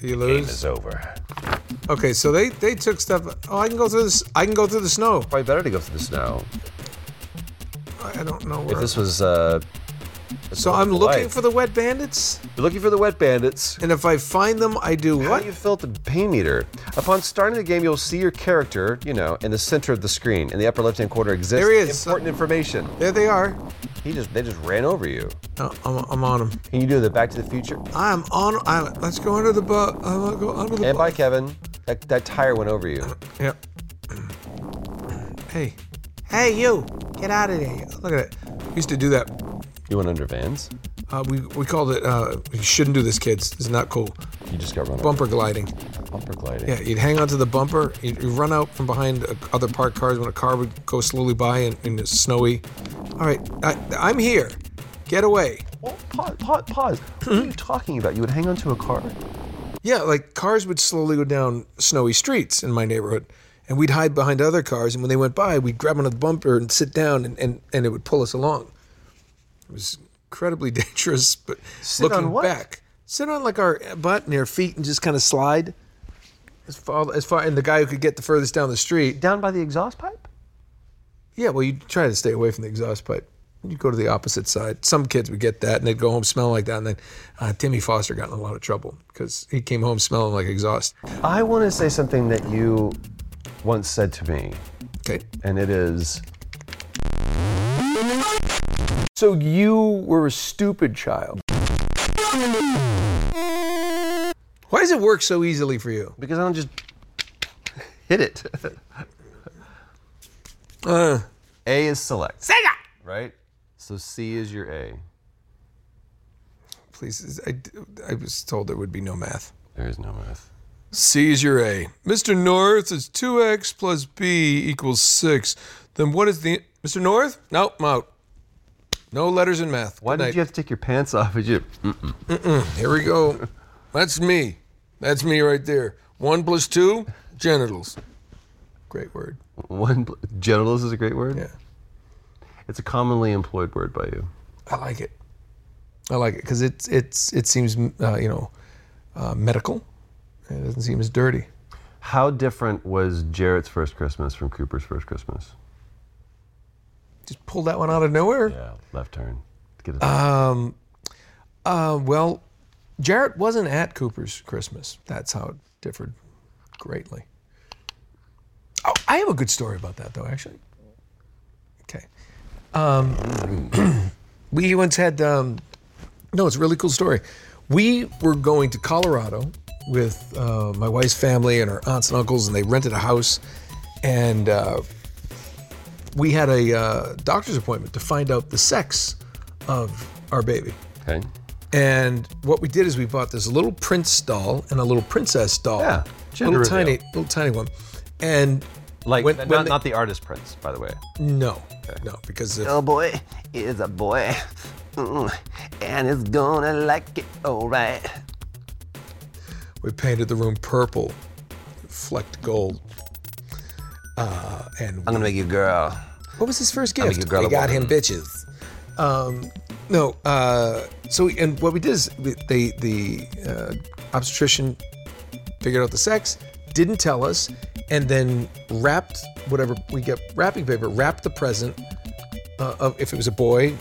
S1: You lose. Game
S2: is over.
S1: Okay, so they they took stuff. Oh, I can go through this. I can go through the snow.
S2: Probably better to go through the snow.
S1: I don't know where.
S2: if this was uh
S1: so I'm looking for the wet bandits.
S2: You're looking for the wet bandits.
S1: And if I find them, I do
S2: How
S1: what?
S2: do you fill up the pain meter? Upon starting the game, you'll see your character, you know, in the center of the screen. In the upper left-hand corner exists
S1: There he is.
S2: important information.
S1: There they are.
S2: He just they just ran over you.
S1: I'm, I'm on him.
S2: Can you do the Back to the Future?
S1: I'm on. I'm, let's go under the boat. I'm gonna go under the
S2: And bye, Kevin. That, that tire went over you.
S1: Yep. Hey, hey, you! Get out of there! Look at it. We used to do that.
S2: You went under vans.
S1: Uh, we we called it. Uh, you shouldn't do this, kids. It's not cool.
S2: You just got run.
S1: Bumper gliding.
S2: Bumper gliding.
S1: Yeah, you'd hang onto the bumper. You'd, you'd run out from behind uh, other parked cars when a car would go slowly by and, and it's snowy. All right, I, I'm here. Get away.
S2: Oh, Pause. Pause. pause. What are you talking about? You would hang onto a car.
S1: Yeah, like cars would slowly go down snowy streets in my neighborhood, and we'd hide behind other cars. And when they went by, we'd grab onto the bumper and sit down, and, and, and it would pull us along. It was incredibly [laughs] dangerous, but
S2: Sit
S1: looking
S2: on what?
S1: back, sit on like our butt and our feet and just kind of slide as far as far. And the guy who could get the furthest down the street
S2: down by the exhaust pipe.
S1: Yeah, well, you try to stay away from the exhaust pipe. You go to the opposite side. Some kids would get that, and they'd go home smelling like that. And then uh, Timmy Foster got in a lot of trouble because he came home smelling like exhaust.
S2: I want to say something that you once said to me.
S1: Okay.
S2: And it is. So you were a stupid child.
S1: Why does it work so easily for you?
S2: Because I don't just [laughs] hit it. [laughs]
S1: uh,
S2: A is select.
S1: Sega!
S2: Right? So C is your A.
S1: Please, I, I was told there would be no math.
S2: There is no math.
S1: C is your A. Mr. North is 2x plus B equals 6. Then what is the. Mr. North? Nope, I'm out. No letters in math.
S2: Why
S1: Good
S2: did
S1: night.
S2: you have to take your pants off? Did you? [laughs] Mm-mm.
S1: Mm-mm, here we go. That's me. That's me right there. One plus two, genitals. Great word.
S2: One bl- genitals is a great word. Yeah. It's a commonly employed word by you.
S1: I like it. I like it because it's it's it seems uh, you know uh, medical. It doesn't seem as dirty.
S2: How different was Jarrett's first Christmas from Cooper's first Christmas?
S1: Just pull that one out of nowhere.
S2: Yeah, left turn. Get it.
S1: Um, uh, well, Jarrett wasn't at Cooper's Christmas. That's how it differed greatly. Oh, I have a good story about that, though, actually. Okay. Um, [clears throat] we once had, um, no, it's a really cool story. We were going to Colorado with uh, my wife's family and her aunts and uncles, and they rented a house. And uh, we had a uh, doctor's appointment to find out the sex of our baby.
S2: Okay.
S1: And what we did is we bought this little prince doll and a little princess doll. Yeah,
S2: gender
S1: little
S2: reveal.
S1: tiny, little tiny one. And
S2: Like
S1: when-
S2: not,
S1: when
S2: not the artist prints, by the way.
S1: no, no, because if,
S15: Oh boy, it's a boy. Mm, and it's gonna like it, alright.
S1: we painted the room purple, flecked gold. Uh, and I'm
S15: gonna make you girl.
S1: What was his first
S15: I'm a
S1: gift?
S15: good girl,
S1: we got
S15: boy.
S1: him bitches. Um, no, uh, so and what we did is we- they the uh, obstetrician figured out the sex, didn't tell us, and then wrapped whatever we get wrapping paper, wrapped the present. Uh, of, if it was a boy,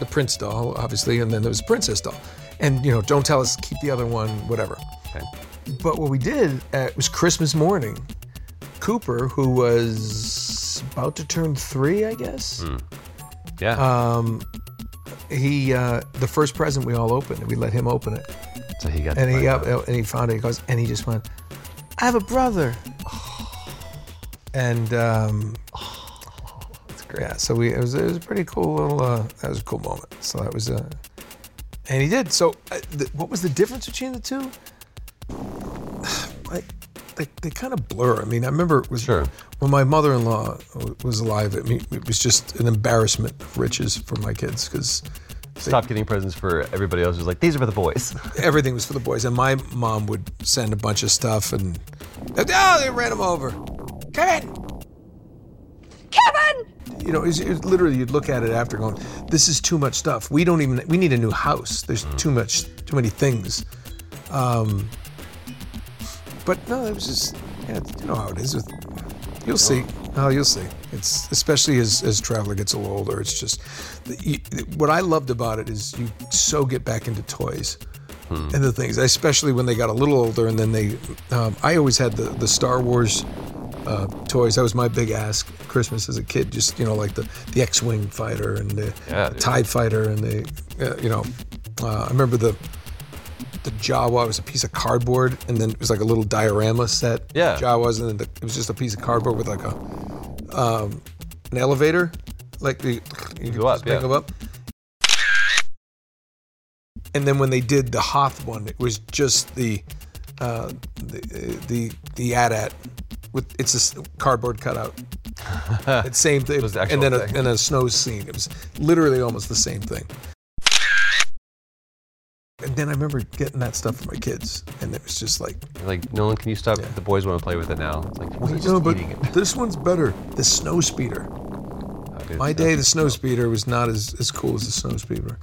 S1: the prince doll, obviously, and then there was a princess doll. And you know, don't tell us, keep the other one, whatever. But what we did uh, it was Christmas morning. Cooper, who was about to turn three, I guess.
S2: Hmm. Yeah.
S1: Um, he uh, the first present we all opened, we let him open it.
S2: So he got.
S1: And
S2: to
S1: he
S2: find
S1: up, and he found it. He goes, and he just went, I have a brother. And um, that's great. Yeah, so we it was it was a pretty cool little uh, that was a cool moment. So that was uh, and he did. So uh, the, what was the difference between the two? I, they they kind of blur. I mean, I remember it was when my mother-in-law w- was alive. I mean, it was just an embarrassment of riches for my kids because
S2: [laughs] Stop getting presents for everybody else. It was like these are for the boys.
S1: everything was for the boys. And my mom would send a bunch of stuff, and oh, they ran him over. Kevin!
S16: Kevin!
S1: You know, it's, it's literally you'd look at it after going, this is too much stuff. We don't even. We need a new house. There's too much, too many things. Um, but no, it was just yeah, you know how it is. With, you'll see. Oh, you'll see. It's especially as as Traveler gets a little older. It's just the, you, what I loved about it is you so get back into toys
S6: Mm.
S1: and the things, especially when they got a little older. And then they, um, I always had the the Star Wars uh, toys. That was my big ask at Christmas as a kid. Just you know, like the the X-wing fighter and the
S6: Yeah,
S1: the
S6: dude.
S1: Tie fighter and the uh, you know, uh, I remember the the Jawa was a piece of cardboard, and then it was like a little diorama set.
S2: Yeah.
S1: Jawas, and then the, it was just a piece of cardboard with like a um, an elevator, like the, you could
S2: go up,
S1: just pick
S2: yeah.
S1: them up. And then when they did the Hoth one, it was just the uh, the the the AT-AT with it's a s- cardboard
S2: [laughs]
S1: cutout. it's same thing. and then a,
S2: thing.
S1: and a snow scene. It was literally almost the same thing. And then I remember getting that stuff for my kids, and it was just like,
S2: You're like Nolan, can you stop? The boys want to play with it now. It's like well, you just
S1: no, but
S2: eating it.
S1: this one's better. The snow speeder.
S2: dude,
S1: my
S2: that
S1: day, the
S2: was
S1: snow speeder was not as, as cool as the snow speeder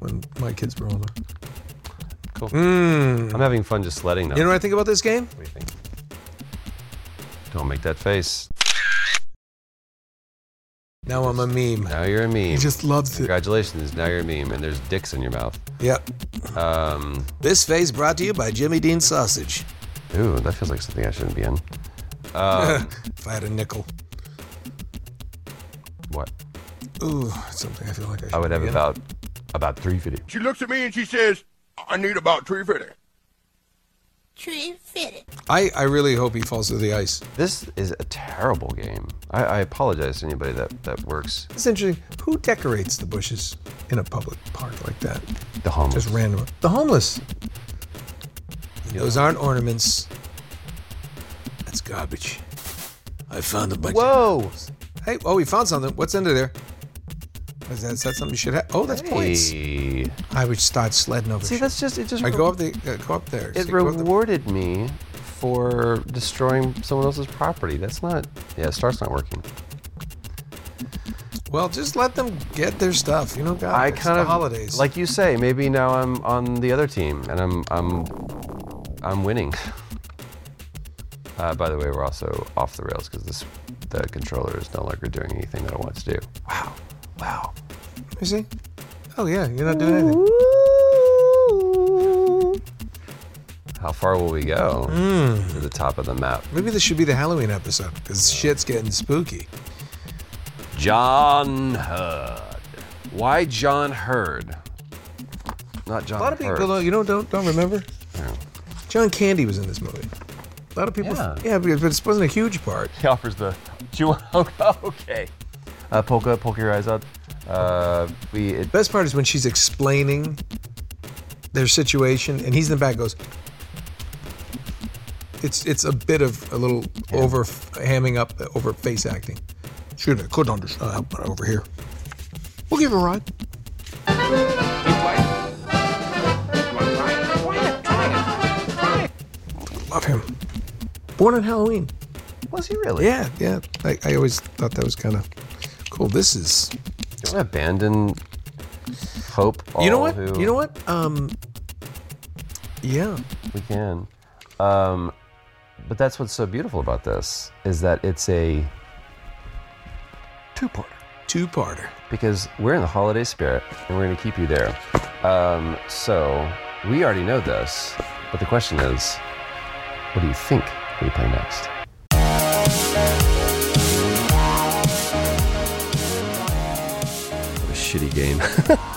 S1: when my kids were older.
S2: Cool.
S1: Mm.
S2: I'm having fun just sledding now.
S1: You know what I think about this game?
S2: Don't make that face.
S1: Now I'm a meme.
S2: Now you're a meme. He
S1: just loves it.
S2: Congratulations. Now you're a meme, and there's dicks in your mouth.
S1: Yep.
S2: Um,
S1: This phase brought to you by Jimmy Dean Sausage.
S2: ooh, that feels like something I shouldn't be in. Um,
S1: if I had a nickel.
S2: what?
S1: Ooh, it's something I feel like I should
S2: I would have
S1: be in.
S2: about about three video.
S11: She looks at me and she says, I need about 350.
S13: Tree fitted.
S1: I, I really hope he falls through the ice.
S2: This is a terrible game. I, I apologize to anybody that, that works.
S1: It's interesting. Who decorates the bushes in a public park like that?
S2: The homeless.
S1: Just random. The homeless. Those aren't ornaments. That's garbage. I found a bunch. Whoa! Hey, oh, we found something. What's under there? Is that, is that something you should have? Oh, that's points.
S2: Hey.
S1: I would start sledding over.
S2: See, that's just it. Just
S1: I go up the uh, go up there.
S2: It
S1: See, go up
S2: rewarded me for destroying someone else's property. That's not. Yeah, Star's not working.
S1: the- well, just let them get their stuff. You know, God,
S2: I
S1: it's
S2: kind
S1: the
S2: of
S1: holidays.
S2: like you say. Maybe now I'm on the other team and I'm I'm I'm winning. Uh, by the way, we're also off the rails because this the controller is no longer doing anything that I want to do. Wow, wow.
S1: You see? Oh yeah, you're not doing anything.
S2: How far will we go
S1: Hmm.
S2: to the top of the map?
S1: Maybe this should be the Halloween episode because shit's getting spooky.
S2: John Hurd. Why John Hurd? Not John.
S1: a lot of people
S2: Hurd.
S1: don't, you know don't don't remember. John Candy was in this movie. A lot of people.
S2: Yeah.
S1: yeah but but it wasn't a huge part.
S2: He offers the. Do you want? [laughs] Okay. Uh, polka, poke your eyes out. Uh, we. It,
S1: Best part is when she's explaining their situation, and he's in the back goes. It's it's a bit of a little over hamming up, uh, over face acting. Shoot, I couldn't understand, uh, but over here. We'll give him a ride. Love him. Born on Halloween.
S2: Was he really?
S1: Yeah, yeah. I, I always thought that was kind of cool. This is
S2: do you abandon hope?
S1: you know
S2: all
S1: what?
S2: Who
S1: You know what? Um, yeah.
S2: We can. Um, but that's what's so beautiful about this is that it's a two-parter.
S1: Two-parter.
S2: Because we're in the holiday spirit, and we're going to keep you there. Um, so we already know this, but the question is, what do you think we play next?
S9: shitty game. [laughs]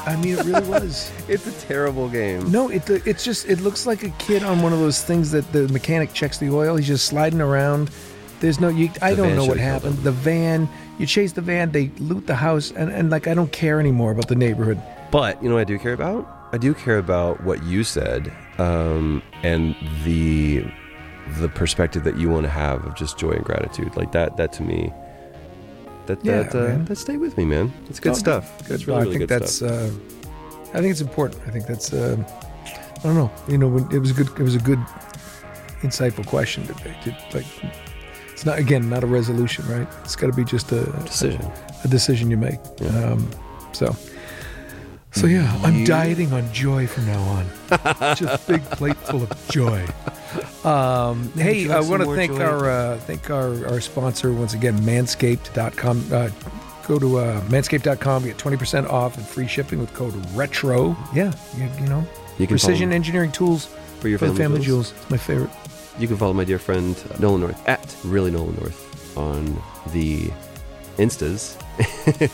S1: I mean, it really was.
S9: it's a terrible game.
S1: [laughs] No, it it's just it looks like a kid on one of those things that the mechanic checks the oil. He's just sliding around. There's no you. I
S9: The
S1: don't
S9: van
S1: know
S9: should've
S1: what
S9: killed
S1: happened. The van. You chase the van. They loot the house, and, and like I don't care anymore about the neighborhood.
S9: But you know what I do care about? I do care about what you said um, and the the perspective that you want to have of just joy and gratitude. Like that. That to me. That
S1: Yeah,
S9: that uh,
S1: man.
S9: that stayed with me, man. It's good
S1: No,
S9: stuff. Oh, It's really,
S1: I
S9: really
S1: think
S9: good
S1: that's.
S9: stuff.
S1: Uh, I think it's important. I think that's. Uh, I don't know. You know, when, it was a good. It was a good, insightful question. To, to, like, it's not again not a resolution, right? It's got to be just a
S9: decision.
S1: A, decision you make. Um, so. So yeah, I'm
S9: You-
S1: dieting on joy from now
S9: [laughs]
S1: on. just big plate full of joy. Um,
S17: Would you
S1: hey,
S17: like
S1: I
S17: some
S1: want to
S17: more
S1: thank
S17: joy?
S1: our uh, thank our, our sponsor once again, Manscaped.com. Uh, go to uh, Manscaped.com, get twenty percent off and free shipping with code Retro. Yeah, you, you know,
S9: You can follow
S1: precision
S9: them.
S1: engineering tools
S9: For your
S1: the
S9: family
S1: family
S9: jewels.
S1: jewels. It's my favorite.
S9: You can follow my dear friend Nolan North at really Nolan North on the Instas [laughs]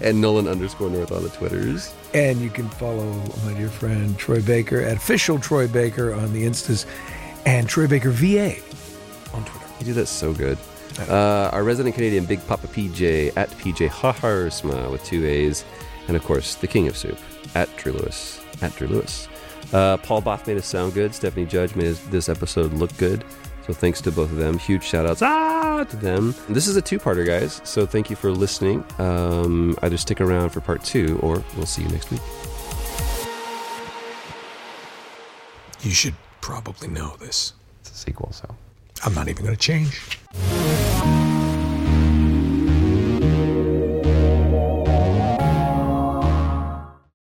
S9: and Nolan underscore North on the Twitters.
S1: And you can follow my dear friend Troy Baker at official Troy Baker on the Instas and Troy Baker VA.
S9: You do that so good. Uh, our resident Canadian Big Papa PJ at PJ Haharsma with two A's, and of course the King of Soup at Drew Lewis at Drew Lewis. Uh, Paul Boff made us sound good. Stephanie Judge made us- this episode look good. So thanks to both of them. Huge shout outs ah, to them. This is a two-parter, guys. So thank you for listening. Um, either stick around for part two, or we'll see you next week.
S18: You should probably know this.
S9: It's a sequel, so
S18: I'm not even going to change.